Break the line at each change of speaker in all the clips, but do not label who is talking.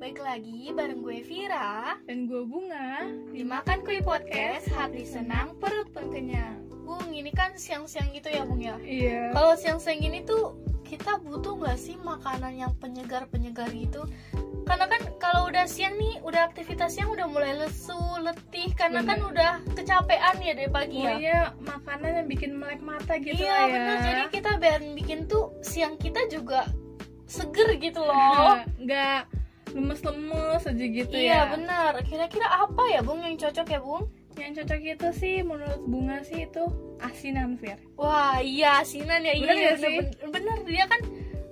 Balik lagi bareng gue Vira
dan gue bunga
Dimakan Kui Podcast, hati senang, perut pun kenyang Bung, ini kan siang-siang gitu ya Bung ya
iya
Kalau siang-siang gini tuh kita butuh gak sih makanan yang penyegar-penyegar gitu Karena kan kalau udah siang nih, udah aktivitas siang udah mulai lesu, letih Karena kan
Bener.
udah kecapean ya dari pagi ya
pokoknya makanan yang bikin melek mata gitu
Iya
lah ya
bener, jadi kita biar bikin tuh siang kita juga seger gitu loh
Iya. nggak lemes-lemes aja gitu ya
Iya benar. Kira-kira apa ya Bung yang cocok ya Bung?
yang cocok itu sih menurut bunga sih itu asinan Fir
Wah iya asinan ya iya
Bener nggak sih?
bener, bener dia kan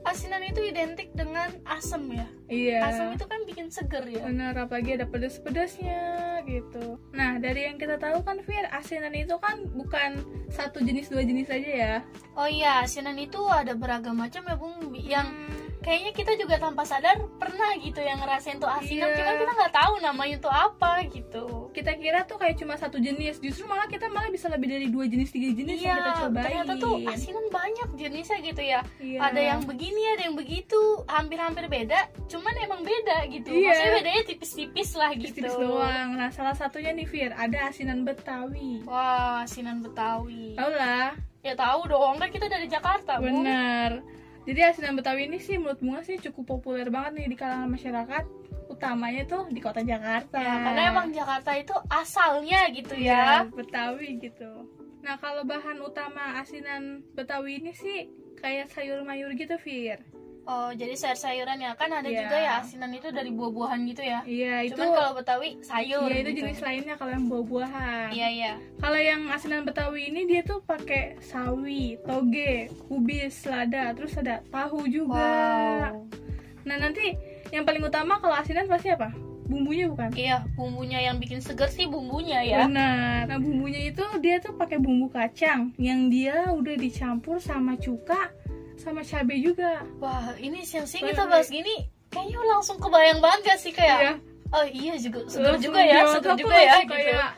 asinan itu identik dengan asam ya.
iya Hmm.
Asam itu kan bikin seger ya.
bener apalagi ada pedes-pedesnya gitu nah dari yang kita tahu kan Fir asinan itu kan bukan satu jenis dua jenis aja ya
Oh iya asinan itu ada beragam macam ya Bung Bi- yang
Hmm.
kayaknya kita juga tanpa sadar pernah gitu yang ngerasain tuh asinan
Iya.
cuman kita nggak tahu namanya tuh apa gitu.
kita kira tuh kayak cuma satu jenis justru malah kita malah bisa lebih dari dua jenis tiga jenis yang kita
Iya,
cobain
ternyata tuh asinan banyak jenisnya gitu ya.
Iya.
Ada yang begini, ada yang begitu, hampir-hampir beda, cuman emang beda gitu.
Iya.
Maksudnya bedanya tipis-tipis lah gitu.
tipis doang. Nah, salah satunya nih Fir, ada asinan Betawi.
Wah, asinan Betawi.
Tau lah,
Ya tahu dong, kan kita dari Jakarta, Bu.
bener. Jadi asinan Betawi ini sih menurut bunga sih cukup populer banget nih di kalangan masyarakat, utamanya tuh di kota Jakarta.
Ya, karena emang Jakarta itu asalnya gitu ya.
ya Betawi gitu. Nah, kalau bahan utama asinan Betawi ini sih kayak sayur mayur gitu Fir.
Oh, jadi sayur-sayuran ya. Kan ada
Iya.
juga ya asinan itu dari buah-buahan gitu ya.
Iya, itu
Cuman kalau Betawi sayur.
Iya, itu
gitu.
jenis lainnya kalau yang buah-buahan.
Iya, iya.
Kalau yang asinan Betawi ini dia tuh pakai sawi, toge, kubis, lada, terus ada tahu juga.
Wow.
Nah, nanti yang paling utama kalau asinan pasti apa? Bumbunya bukan?
Iya, bumbunya yang bikin seger sih bumbunya ya.
Benar. Nah, bumbunya itu dia tuh pakai bumbu kacang yang dia udah dicampur sama cuka sama cabai juga.
Wah, ini siang-siang
Bener.
kita bahas gini, kayaknya langsung kebayang banget gak sih kayak?
Iya.
Oh iya juga, seger
Langsung
juga ya,
di otak
seger
tuh
juga ya
langsung
gitu.
kayak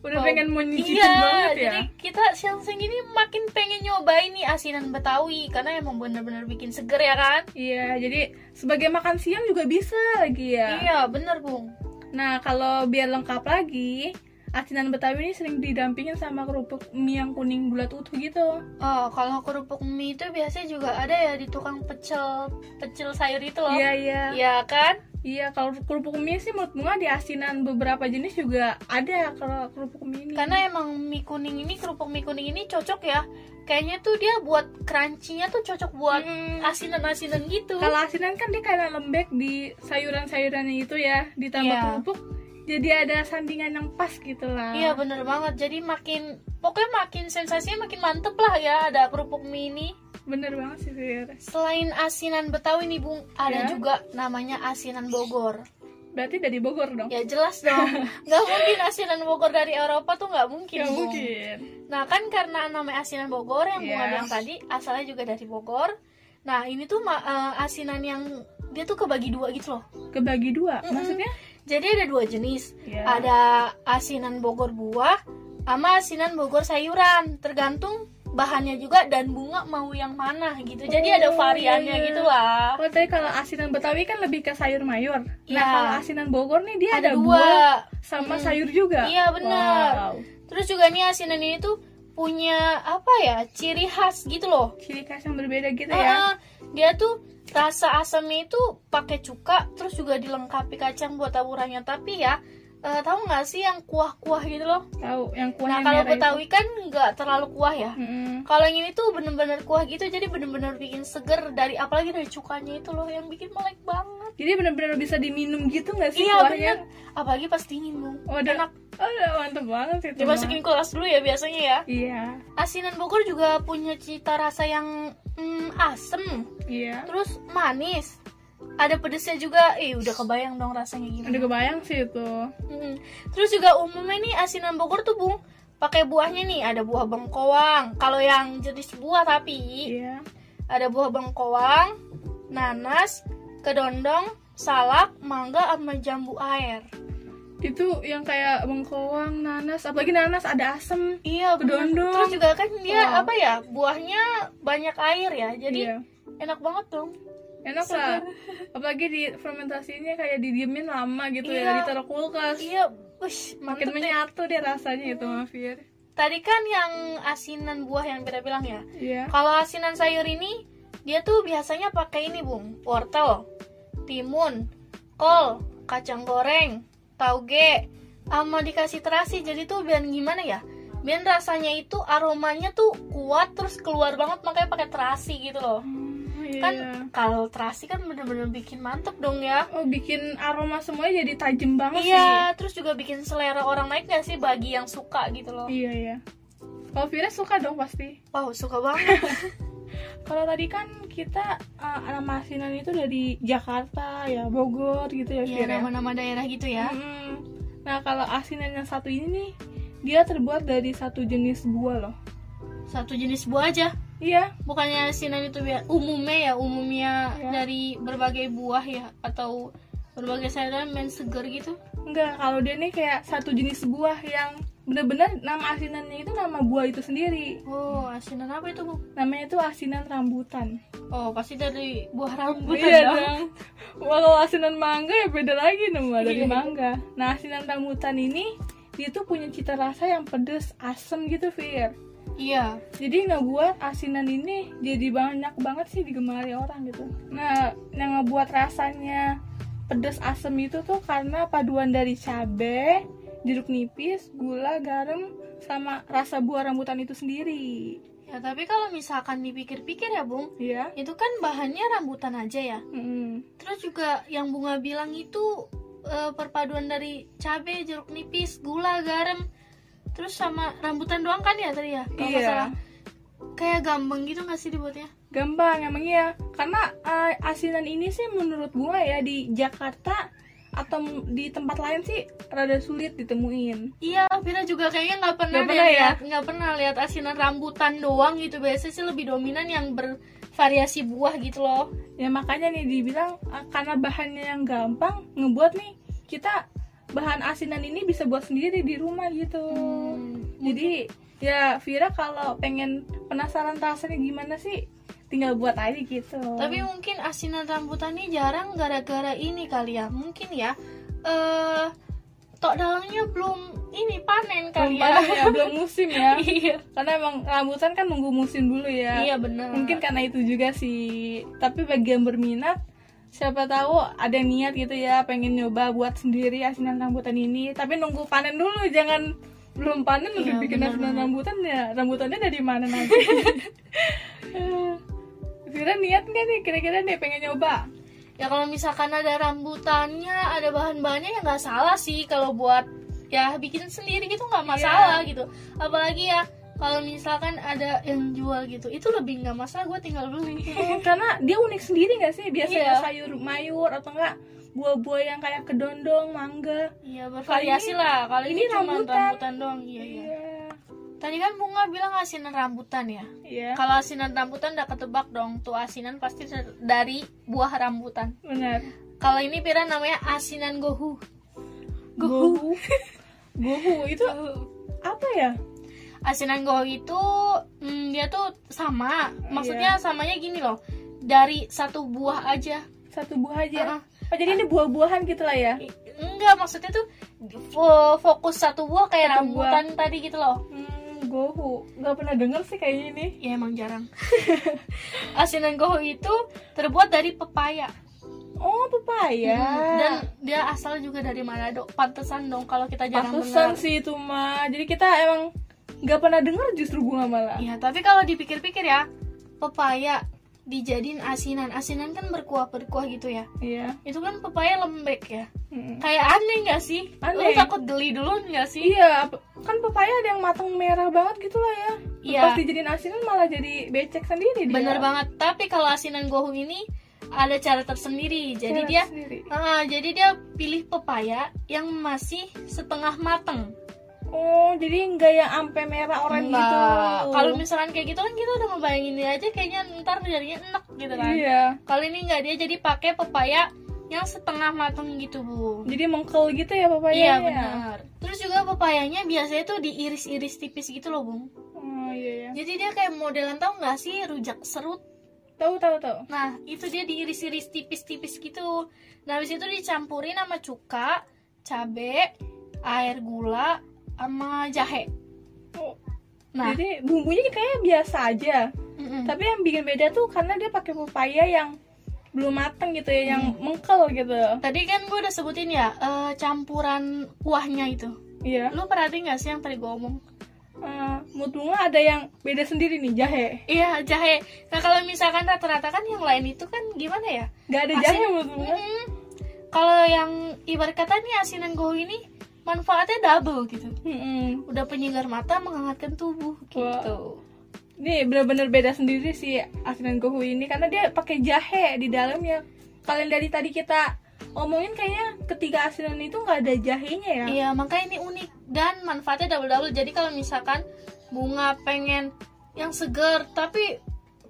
udah
Wow.
pengen mau nyicipin
iya,
banget ya.
jadi kita siang-siang ini makin pengen nyobain nih asinan Betawi karena emang bener-bener bikin seger ya kan?
Iya, jadi sebagai makan siang juga bisa lagi ya.
Iya, bener Bung.
Nah, kalau biar lengkap lagi, asinan Betawi ini sering didampingin sama kerupuk mie yang kuning bulat utuh gitu.
Oh, kalau kerupuk mie itu biasanya juga ada ya di tukang pecel pecel sayur itu loh.
Iya, iya.
Iya kan?
Iya, kalau kerupuk mie sih menurut bunga di asinan beberapa jenis juga ada kalau kerupuk mie ini.
Karena emang mie kuning ini kerupuk mie kuning ini cocok ya. Kayaknya tuh dia buat crunchy-nya tuh cocok buat
Mm.
asinan-asinan gitu.
kalau asinan kan dia kayak lembek di sayuran-sayurannya itu ya, ditambah
Iya.
kerupuk jadi ada sandingan yang pas gitu lah.
Iya bener banget, jadi makin pokoknya makin sensasinya makin mantep lah ya ada kerupuk mie ini.
Bener banget sih, Fir.
Selain asinan Betawi nih Bung, ada
Ya.
juga namanya asinan Bogor.
Berarti dari Bogor dong?
Ya jelas dong, nggak mungkin asinan Bogor dari Eropa tuh nggak Iya, mungkin.
Nggak
Bung.
Ya mungkin.
Nah kan karena namanya asinan Bogor yang Bunga
Iya.
bilang tadi, asalnya juga dari Bogor. Nah ini tuh ma- eh, asinan yang dia tuh kebagi dua gitu loh.
Kebagi dua,
Mm-mm.
maksudnya?
Jadi ada dua jenis.
Iya.
Ada asinan Bogor buah sama asinan Bogor sayuran. Tergantung bahannya juga dan bunga mau yang mana gitu. Jadi
Oh,
ada variannya
iya, iya.
gitu lah.
Kalau tadi kalau asinan Betawi kan lebih ke sayur mayur.
Iya.
Nah kalau asinan Bogor nih dia
Ada
ada,
dua.
buah sama
Mm.
sayur juga.
Iya, benar.
Wow.
Terus juga nih asinan ini tuh punya apa ya? ciri khas gitu loh.
Ciri khas yang berbeda gitu
Heeh,
ya.
dia tuh rasa asamnya itu pakai cuka terus juga dilengkapi kacang buat taburannya tapi ya eh, tahu nggak sih yang kuah-kuah gitu loh
Tahu yang kuah
nah kalau
yang merah itu. Hmm.
betawi kan nggak terlalu kuah ya
Mm-mm.
kalau yang ini tuh bener-bener kuah gitu jadi bener-bener bikin seger dari apalagi dari cukanya itu loh yang bikin melek banget
Jadi benar-benar bisa diminum gitu nggak sih
iya
kuahnya?
bener apalagi pas dingin Bung.
Waduh.
enak
Aduh, mantep banget itu.
dimasukin kulkas dulu ya biasanya ya
Iya.
asinan bogor juga punya cita rasa yang mm, asem
Iya.
terus manis ada pedesnya juga eh udah kebayang dong rasanya gitu
Udah kebayang sih itu.
terus juga umumnya nih asinan Bogor tuh bung pakai buahnya nih ada buah bengkoang kalau yang jenis buah tapi
Iya.
ada buah bengkoang nanas kedondong salak mangga sama jambu air
Itu yang kayak bengkoang, nanas, apalagi nanas ada asem.
iya bener.
Kedondong.
terus juga kan dia
Wow.
apa ya buahnya banyak air ya jadi
Iya.
enak banget dong
enak lah kan. apalagi di fermentasinya kayak didiemin lama gitu
Iya.
ya ditaruh kulkas
iya ush mantep deh.
makin menyatu deh rasanya itu mafir
tadi kan yang asinan buah yang kita bilang ya
iya
kalau asinan sayur ini dia tuh biasanya pakai ini bung wortel timun kol kacang goreng tauge sama dikasih terasi jadi tuh biar gimana ya biar rasanya itu aromanya tuh kuat terus keluar banget makanya pakai terasi gitu loh
Hmm, iya.
kan kalau terasi kan bener-bener bikin mantep dong ya
oh bikin aroma semuanya jadi tajam banget sih
Iya, terus juga bikin selera orang naik gak sih bagi yang suka gitu loh.
iya iya kalau Fira suka dong pasti
Wow, suka banget.
kalau tadi kan kita eh, nama asinan itu dari Jakarta ya Bogor gitu ya
Iya,
Fira
nama-nama daerah gitu ya.
Mm-mm. nah kalau asinan yang satu ini nih dia terbuat dari satu jenis buah loh
Satu jenis buah aja.
iya
Bukannya asinan itu ya umumnya ya, umumnya
Iya.
dari berbagai buah ya atau berbagai sayuran main seger gitu.
Enggak, kalau dia nih kayak satu jenis buah yang bener-bener nama asinannya itu nama buah itu sendiri.
Oh, asinan apa itu, Bu?
Namanya itu asinan rambutan. Iya
Oh, pasti dari buah rambut Iya dong.
dong. Walau asinan mangga ya beda lagi nama dari
Iya.
mangga. Nah, asinan rambutan ini dia tuh punya cita rasa yang pedes, asem gitu, Fir.
Iya.
Jadi ngebuat asinan ini jadi banyak banget sih digemari orang gitu. Nah, yang ngebuat rasanya pedas asem itu tuh karena paduan dari cabe, jeruk nipis, gula, garam sama rasa buah rambutan itu sendiri.
Ya, tapi kalau misalkan dipikir-pikir ya, Bung,
Iya.
itu kan bahannya rambutan aja ya.
Mm-mm.
Terus juga yang bunga bilang itu eh, perpaduan dari cabe, jeruk nipis, gula, garam, terus sama rambutan doang kan ya tadi ya? Kalau nggak
Iya.
salah. Kayak gampang gitu nggak sih dibuatnya?
Gampang emang iya. Karena eh, asinan ini sih menurut gua ya di Jakarta atau m- di tempat lain sih rada sulit ditemuin.
Iya, Vira juga kayaknya nggak pernah,
Nggak pernah
deh
ya?
lihat- nggak pernah lihat asinan rambutan doang gitu. Biasanya sih lebih dominan yang bervariasi buah gitu loh.
ya makanya nih dibilang ah, karena bahannya yang gampang ngebuat nih kita bahan asinan ini bisa buat sendiri di rumah gitu
Hmm,
jadi ya Vira kalau pengen penasaran rasanya gimana sih tinggal buat aja gitu
Tapi mungkin asinan rambutan ini jarang gara-gara ini kali ya. Mungkin ya eh tok dalangnya belum ini panen
belum
kali
panen
ya.
ya, belum musim ya
Iya.
karena emang rambutan kan nunggu musim dulu ya
Iya benar.
mungkin karena itu juga sih tapi bagi yang berminat siapa tahu ada niat gitu ya pengen nyoba buat sendiri asinan rambutan ini tapi nunggu panen dulu jangan belum panen
Iya,
udah bikin
benar
asinan
banget.
rambutan ya rambutannya dari mana nanti Eh, Vira niat nggak nih kira-kira nih pengen nyoba
ya kalau misalkan ada rambutannya, ada bahan-bahannya ya nggak salah sih kalau buat ya bikin sendiri gitu nggak
Iya.
masalah gitu. Apalagi ya kalau misalkan ada yang jual gitu, itu lebih nggak masalah gue tinggal beli.
Eh, karena dia unik sendiri nggak sih biasanya
Iya.
sayur mayur atau enggak buah-buah yang kayak kedondong mangga
Iya bervariasi lah. Kalau ini,
ini
cuma rambutan.
rambutan.
doang. Iya, iya.
iya
Tadi kan bunga bilang asinan rambutan ya.
iya
Kalau asinan rambutan udah ketebak dong, tuh asinan pasti ser- dari buah rambutan.
benar
Kalau ini Pira namanya asinan gohu.
Gohu. Gohu itu apa ya?
Asinan gohu itu mm, dia tuh sama,
Iya.
maksudnya samanya gini loh, dari satu buah aja.
Satu buah aja.
Heeh.
Oh, jadi ini buah-buahan gitu lah ya.
I- Enggak, maksudnya tuh fo- fokus satu buah kayak
Satu buah.
rambutan tadi gitu loh.
Hmm, gohu. Gak pernah denger sih kayaknya ini.
Ya emang jarang. asinan gohu itu terbuat dari pepaya.
Oh, pepaya.
Hmm, Dan dia asal juga dari Manado. Pantesan dong kalau kita jarang dengar.
Pantesan sih itu mah. Jadi kita emang gak pernah denger justru bunga malah.
Ya, tapi kalau dipikir-pikir ya, pepaya dijadiin asinan. Asinan kan berkuah-berkuah gitu ya.
Iya.
Itu kan pepaya lembek ya.
Mm.
Kayak aneh nggak sih? Lu
Aneh.
takut geli dulu nggak sih?
Iya, pe- kan pepaya ada yang matang merah banget gitu lah ya.
Iya.
Pas dijadiin asinan malah jadi becek sendiri dia.
Bener banget. Tapi kalau asinan gohu ini ada cara tersendiri. Jadi
Merah
dia
sendiri.
Ah, jadi dia pilih pepaya yang masih setengah mateng.
Oh, jadi nggak yang ampe merah oranye gitu.
Nah, Kalau misalkan kayak gitu kan kita udah ngebayangin dia aja kayaknya ntar jadinya enak gitu kan.
Iya.
Kalau ini nggak dia jadi pakai pepaya yang setengah mateng gitu bu.
Jadi mengkel gitu ya papaya?
Iya benar. Terus juga pepayanya biasanya tuh diiris-iris tipis gitu loh bung.
Oh iya ya.
Jadi dia kayak modelan tau nggak sih rujak serut?
Tahu tahu tahu.
Nah, itu dia diiris-iris tipis-tipis gitu. Nah, habis itu dicampurin sama cuka, cabe, air gula, sama jahe.
Oh,
Nah,
Jadi bumbunya kayaknya biasa aja.
mm-mm.
Tapi yang bikin beda tuh karena dia pakai pepaya yang belum matang gitu ya, yang mengkel gitu.
tadi kan gue udah sebutin ya eh, campuran kuahnya itu.
Iya.
Lu perhatiin gak sih yang tadi gue omong?
Eh, mutunga ada yang beda sendiri nih jahe.
Iya, jahe. Nah, kalau misalkan rata-rata kan yang lain itu kan gimana ya?
Gak ada
Asin.
jahe mutunga.
Mm-mm. Kalau yang ibarat kata nih asinan gue ini manfaatnya double gitu.
Mm-mm.
Udah penyegar mata, menghangatkan tubuh gitu.
Nih bener-bener beda sendiri sih asinan gohu ini karena dia pakai jahe di dalamnya. Kalian dari tadi kita omongin kayaknya ketiga asinan itu nggak ada jahenya ya.
Iya, makanya ini unik dan manfaatnya double-double. Jadi kalau misalkan bunga pengen yang seger tapi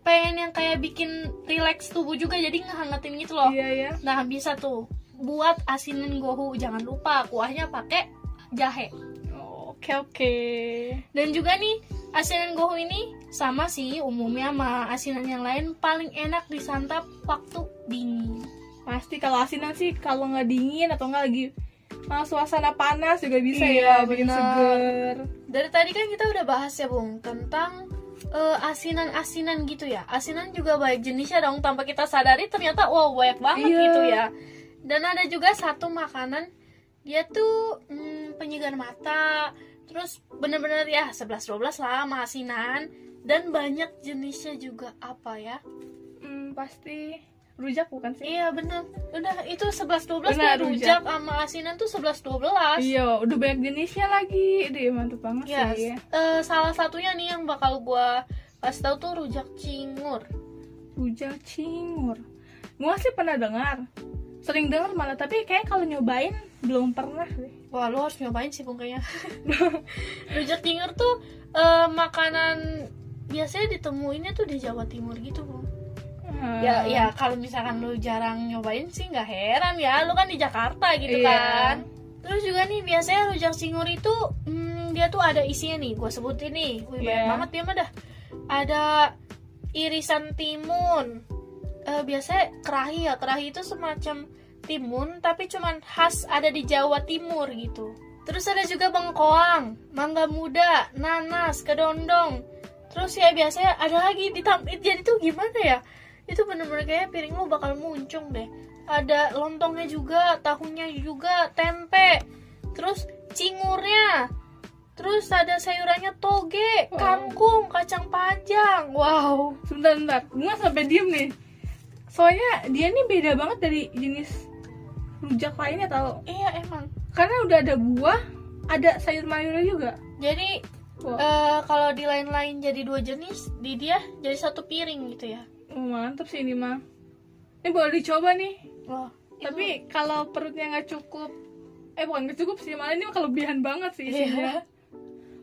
pengen yang kayak bikin relax tubuh juga jadi ngehangatin gitu loh.
Iya ya.
Nah, bisa tuh buat asinan gohu. Jangan lupa kuahnya pakai jahe.
Oke oke.
Dan juga nih, asinan gohu ini sama sih umumnya sama asinan yang lain paling enak disantap waktu dingin.
Pasti kalau asinan sih kalau nggak dingin atau nggak lagi ah, suasana panas juga bisa
Iya,
ya bikin
bener.
seger.
Dari tadi kan kita udah bahas ya, Bung, tentang eh, asinan-asinan gitu ya. Asinan juga banyak jenisnya dong, tanpa kita sadari ternyata wow banyak banget
Iya.
gitu ya. Dan ada juga satu makanan dia tuh hmm, penyegar mata, terus bener-bener ya 11-12 lah sama asinan dan banyak jenisnya juga apa ya?
Hmm, pasti rujak bukan sih?
Iya bener Udah itu 11-12
Benar,
nih rujak sama asinan tuh 11-12
Iya, udah banyak jenisnya lagi. Deh, mantep banget
Yes.
sih.
Eh, Salah satunya nih yang bakal gua kasih tau tuh rujak cingur
Rujak cingur. Gua sih pernah dengar. Sering dengar malah, tapi kayak kalau nyobain belum pernah deh.
Wah lu harus nyobain sih Bung, kayaknya Rujak cingur tuh eh, makanan biasanya ditemuinnya tuh di Jawa Timur gitu Bung.
Hmm.
Ya ya kalau misalkan lu jarang nyobain sih nggak heran ya Lu kan di Jakarta gitu
Iya.
kan Terus juga nih biasanya rujak cingur itu hmm, dia tuh ada isinya nih, gue sebutin nih, wih banyak
Iya.
banget dia mah dah. Ada irisan timun, Eh, biasanya kerahi ya, kerahi itu semacam timun tapi cuman khas ada di Jawa Timur gitu. Terus ada juga bengkoang, mangga muda, nanas, kedondong. Terus ya biasanya ada lagi ditam eh, jadi tuh gimana ya? Itu bener-bener kayak piring lu bakal muncung deh. Ada lontongnya juga, tahunya juga, tempe. Terus cingurnya. Terus ada sayurannya toge,
Wow.
kangkung, kacang panjang. Wow.
Sebentar, sebentar. Gua sampai diem nih. Soalnya dia nih beda banget dari jenis rujak lainnya tau.
Iya emang.
Karena udah ada buah, ada sayur mayurnya juga.
Jadi
Wah,
eh kalau di lain-lain jadi dua jenis, di dia jadi satu piring gitu ya.
oh, mantep sih ini mah. Ini boleh dicoba nih.
Wah,
Tapi kalau perutnya nggak cukup, eh bukan nggak cukup sih, malah ini kelebihan banget sih isinya.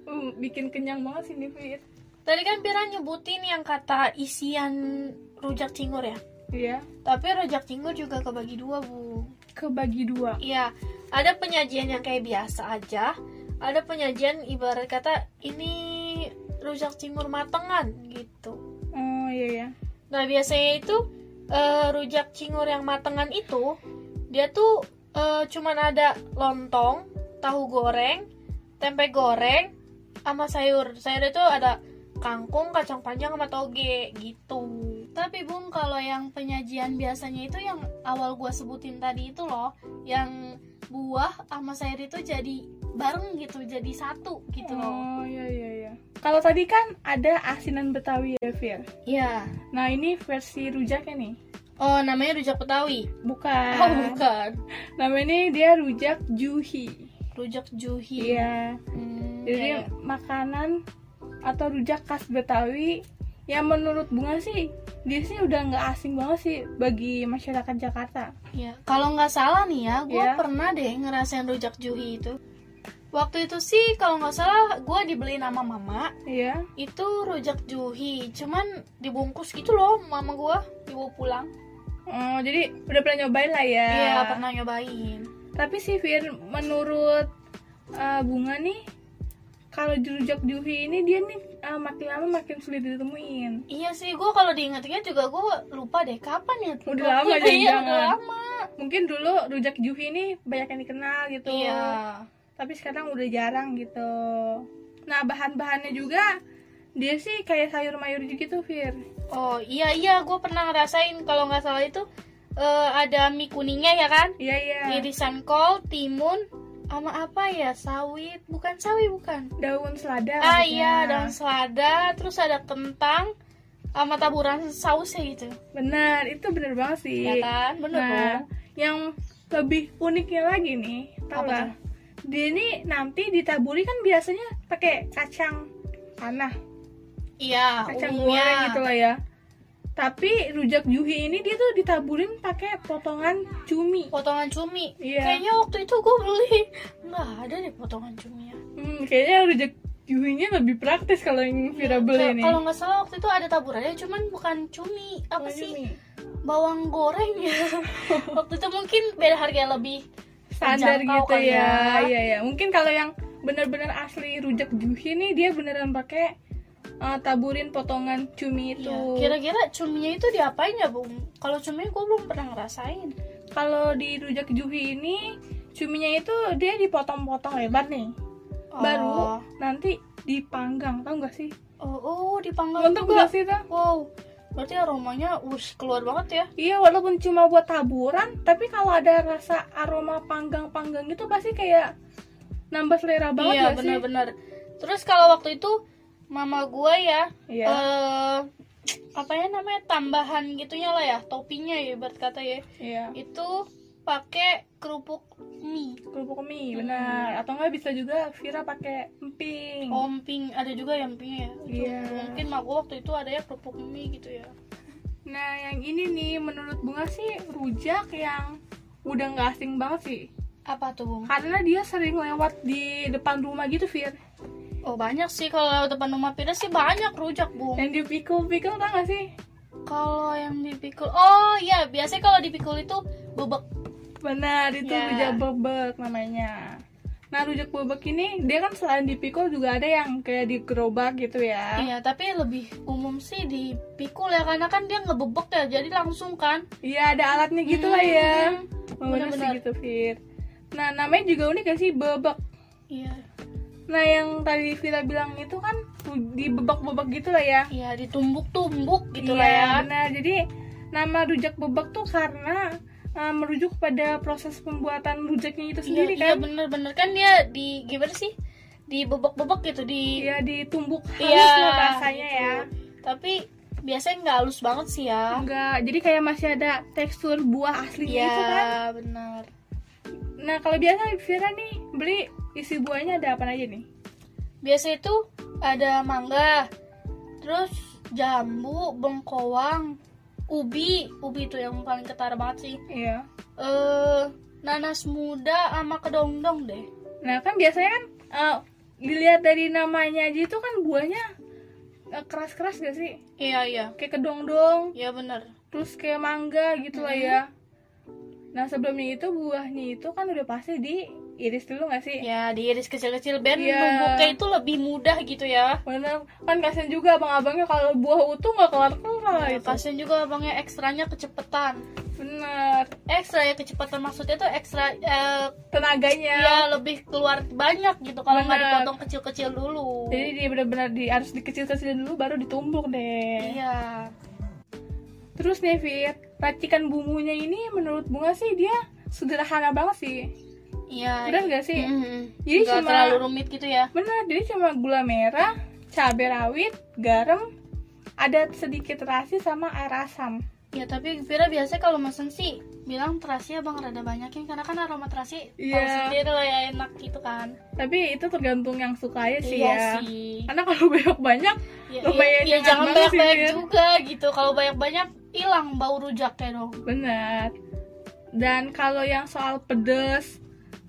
Uh, bikin kenyang banget sih ini Fit.
tadi kan Pira nyebutin yang kata isian rujak cingur ya.
Iya.
Tapi rujak cingur juga kebagi dua, Bu.
Kebagi dua.
Iya, ada penyajian yang kayak biasa aja. Ada penyajian ibarat kata ini rujak cingur matengan gitu.
Oh iya ya.
Nah, biasanya itu eh, rujak cingur yang matengan itu dia tuh eh, cuman ada lontong, tahu goreng, tempe goreng, sama sayur. Sayur itu ada kangkung, kacang panjang, sama toge gitu. Tapi Bung, kalau yang penyajian biasanya itu yang awal gua sebutin tadi itu loh, yang buah sama sayur itu jadi bareng gitu, jadi satu gitu loh.
Oh iya iya iya. Kalau tadi kan ada asinan Betawi ya Fir.
Iya.
Nah ini versi rujaknya nih.
Oh, namanya rujak Betawi.
Bukan.
Oh, bukan.
Namanya dia rujak juhi.
Rujak Juhi.
Iya.
Hmm,
Jadi
kayak-
makanan atau rujak khas Betawi yang menurut bunga sih dia sih udah nggak asing banget sih bagi masyarakat Jakarta.
ya. kalau nggak salah nih ya, gue
Iya.
pernah deh ngerasain rujak juhi itu. Waktu itu sih kalau nggak salah gue dibeliin sama mama
Iya.
itu rujak juhi, cuman dibungkus gitu loh mama gue dibawa pulang.
Oh, jadi udah pernah nyobain lah ya.
Iya pernah nyobain.
Tapi sih Fir menurut eh, bunga nih kalau jerujak juhi ini dia nih eh, makin lama makin sulit ditemuin
Iya sih, gue kalau diingat-ingat juga gue lupa deh kapan ya.
Udah lama,
Iya,
jangan-jangan.
udah lama. Gitu.
mungkin dulu rujak juhi ini banyak yang dikenal gitu
Iya.
tapi sekarang udah jarang gitu nah bahan-bahannya juga dia sih kayak sayur mayur gitu Fir
Oh iya iya, gue pernah ngerasain kalau nggak salah itu eh, ada mie kuningnya ya kan?
iya iya
Irisan kol, timun, sama apa ya? Sawit, bukan sawi bukan?
daun selada
Ah
maksudnya.
iya, daun selada, terus ada kentang, sama taburan sausnya gitu.
bener itu bener banget sih
Ya kan? Bener
Iya nah,
dong.
yang lebih uniknya lagi nih tau
Apa
nggak? dia ini nanti ditaburi kan biasanya pakai kacang tanah
Iya,
kacang
umumnya.
goreng gitu lah ya tapi rujak juhi ini dia tuh ditaburin pakai potongan cumi
Potongan cumi.
Iya.
Kayaknya waktu itu gue beli nggak ada deh potongan ya. cuminya.
Hmm, kayaknya rujak juhinya lebih praktis kalau yang Vira beli
Kayak-
nih.
Iya, Kalau nggak salah waktu itu ada taburannya, cuman bukan cumi, apa
Kalau
sih
ini
bawang goreng ya. waktu itu mungkin beda harga lebih
standar
terjangkau
gitu
kali
ya.
ya.
Iya ya. Mungkin kalau yang benar-benar asli rujak juhi nih dia beneran pakai eh, taburin potongan cumi itu.
Iya. Kira-kira cuminya itu diapain ya, Bung? Kalau cuminya gue belum pernah ngerasain.
Kalau di rujak juhi ini cuminya itu dia dipotong-potong lebar nih.
Oh.
Baru nanti dipanggang, tau gak sih?
Oh, oh dipanggang
Mantap
juga.
gak sih tuh?
Wow. Berarti aromanya wush, keluar banget ya.
Iya, walaupun cuma buat taburan, tapi kalau ada rasa aroma panggang-panggang gitu pasti kayak nambah selera banget
iya,
gak sih?
benar-benar. Terus kalau waktu itu mama gue ya
Iya.
eh, apa ya namanya tambahan gitunya lah ya, topinya ya ibarat kata ya.
Iya.
Itu pakai kerupuk mie,
Kerupuk mie, benar. Atau nggak bisa juga Vira pakai emping.
omping, Oh, ada juga yang mie ya. Itu
Hmm. Iya.
Mungkin mak gue waktu itu ada ya kerupuk mie gitu ya.
Nah, yang ini nih menurut Bunga sih rujak yang udah nggak asing banget sih.
Apa tuh, Bung?
Karena dia sering lewat di depan rumah gitu, Fir.
Oh, banyak sih kalau depan rumah Pira sih banyak rujak, Bung.
Yang dipikul-pikul tau nggak sih?
Kalau yang dipikul, oh iya, biasanya kalau dipikul itu bebek.
Benar, itu
Ya.
rujak bebek namanya. Nah, rujak bebek ini dia kan selain dipikul juga ada yang kayak digerobak gitu ya.
Iya, tapi lebih umum sih dipikul ya karena kan dia ngebebek ya, jadi langsung kan.
Iya, ada alatnya gitu lah ya.
Hmm,
Benar sih
benar-benar.
gitu, Fir. Nah, namanya juga unik gak sih bebek?
Iya,
Nah yang tadi Vira bilang itu kan di bebak-bebak gitu lah ya
iya ditumbuk-tumbuk gitu
Iya,
lah ya.
Benar, jadi nama rujak bebak tuh karena eh, merujuk pada proses pembuatan rujaknya itu
Iya,
sendiri
iya
kan
bener-bener kan dia di gimana sih? Dibebek-bebek gitu di
Iya, ditumbuk halus
Iya,
lah bahasanya
gitu.
ya
Tapi biasanya nggak halus banget sih ya.
Enggak, jadi kayak masih ada tekstur buah aslinya
Iya,
itu kan
benar.
Nah kalau biasa Vira nih beli isi buahnya ada apa aja nih?
Biasa itu ada mangga, terus jambu, bengkoang, ubi, ubi itu yang paling ketara banget sih.
Iya
Eh, nanas muda sama kedongdong deh.
Nah kan biasanya kan eh, dilihat dari namanya aja itu kan buahnya eh, keras-keras gak sih?
Iya iya,
Kayak kedong-dong
iya bener.
terus kayak mangga gitu lah ya nah sebelumnya itu buahnya itu kan udah pasti diiris dulu nggak sih
Ya diiris kecil-kecil biar
Iya.
numbuknya itu lebih mudah gitu ya.
bener kan kasian juga abang-abangnya kalau buah utuh nggak kelar kelar
Ya,
itu
kasian juga abangnya ekstranya kecepetan.
bener
Ekstra ya kecepatan maksudnya tuh ekstra eh,
tenaganya
ya lebih keluar banyak gitu kalau nggak
Bener.
dipotong kecil-kecil dulu.
jadi dia bener-bener di harus dikecil-kecilin dulu baru ditumbuk deh
Iya.
terus nih Fit racikan bumbunya ini menurut bunga sih dia sederhana banget sih
Iya.
bener nggak sih
Mm-mm.
Jadi
Nggak
cuma-
terlalu rumit gitu ya.
Benar, jadi cuma gula merah, cabai rawit, garam, ada sedikit terasi sama air asam.
Ya tapi Vira biasanya kalau mesen sih bilang terasi abang rada banyakin karena kan aroma terasi
Iya.
tahu sendiri lah ya enak gitu kan.
Tapi itu tergantung yang suka aja sih ya.
Iya sih.
Karena kalau banyak banyak,
Ya,
lumayan
iya, iya,
enak
jangan
banget sih,
banyak-banyak
Vira.
juga gitu. Kalau banyak-banyak hilang bau rujaknya dong.
benar. Dan kalau yang soal pedes,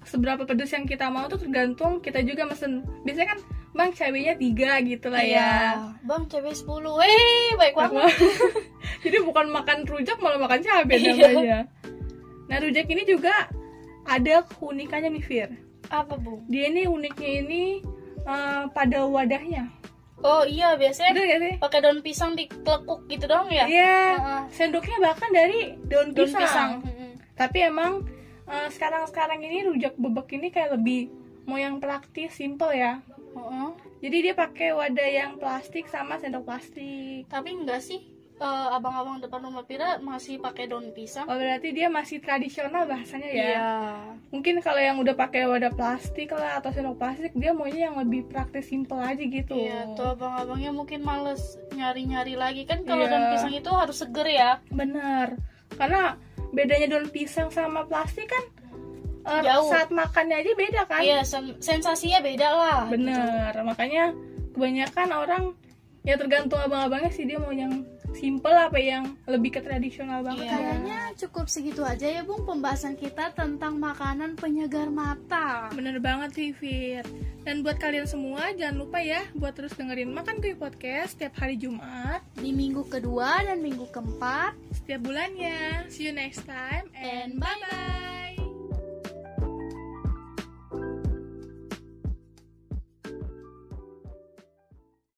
seberapa pedes yang kita mau tuh tergantung kita juga mesen. Biasanya kan bang cabainya tiga gitu lah
Iya.
ya.
Bang cabai 10. Hei, baik banget.
Jadi bukan makan rujak malah makan cabai
Iya.
namanya. Nah rujak ini juga ada keunikannya nih Fir.
Apa, Bung?
dia ini uniknya ini eh, eh, pada wadahnya.
Oh iya biasanya
Bener gak sih?
pakai daun pisang dikelekuk gitu dong ya?
Iya.
Heeh.
Sendoknya bahkan dari daun
Daun
pisang.
pisang. Mm-mm.
Tapi emang eh, sekarang-sekarang ini rujak bebek ini kayak lebih mau yang praktis, simple ya.
Heeh.
Jadi dia pakai wadah yang plastik sama sendok plastik.
Tapi enggak sih eh, abang-abang depan rumah Pira masih pakai daun pisang.
Oh berarti dia masih tradisional bahasanya ya.
Iya.
Mungkin kalau yang udah pakai wadah plastik lah atau sendok plastik dia maunya yang lebih praktis simple aja gitu.
Iya, tuh abang-abangnya mungkin males nyari-nyari lagi kan kalau
Iya.
daun pisang itu harus seger ya.
Bener. Karena bedanya daun pisang sama plastik kan eh,
Jauh.
saat makannya aja beda kan.
Iya, sen- sensasinya beda lah.
Bener. Makanya kebanyakan orang ya tergantung abang-abangnya sih dia mau yang simple apa yang lebih ke tradisional banget.
Iya.
Kayaknya cukup segitu aja ya Bung pembahasan kita tentang makanan penyegar mata.
Bener banget sih, Fir. Dan buat kalian semua, jangan lupa ya buat terus dengerin Makan Kuy Podcast setiap hari Jumat,
Di minggu kedua dan minggu keempat
setiap bulannya. See you next time, and
and bye bye.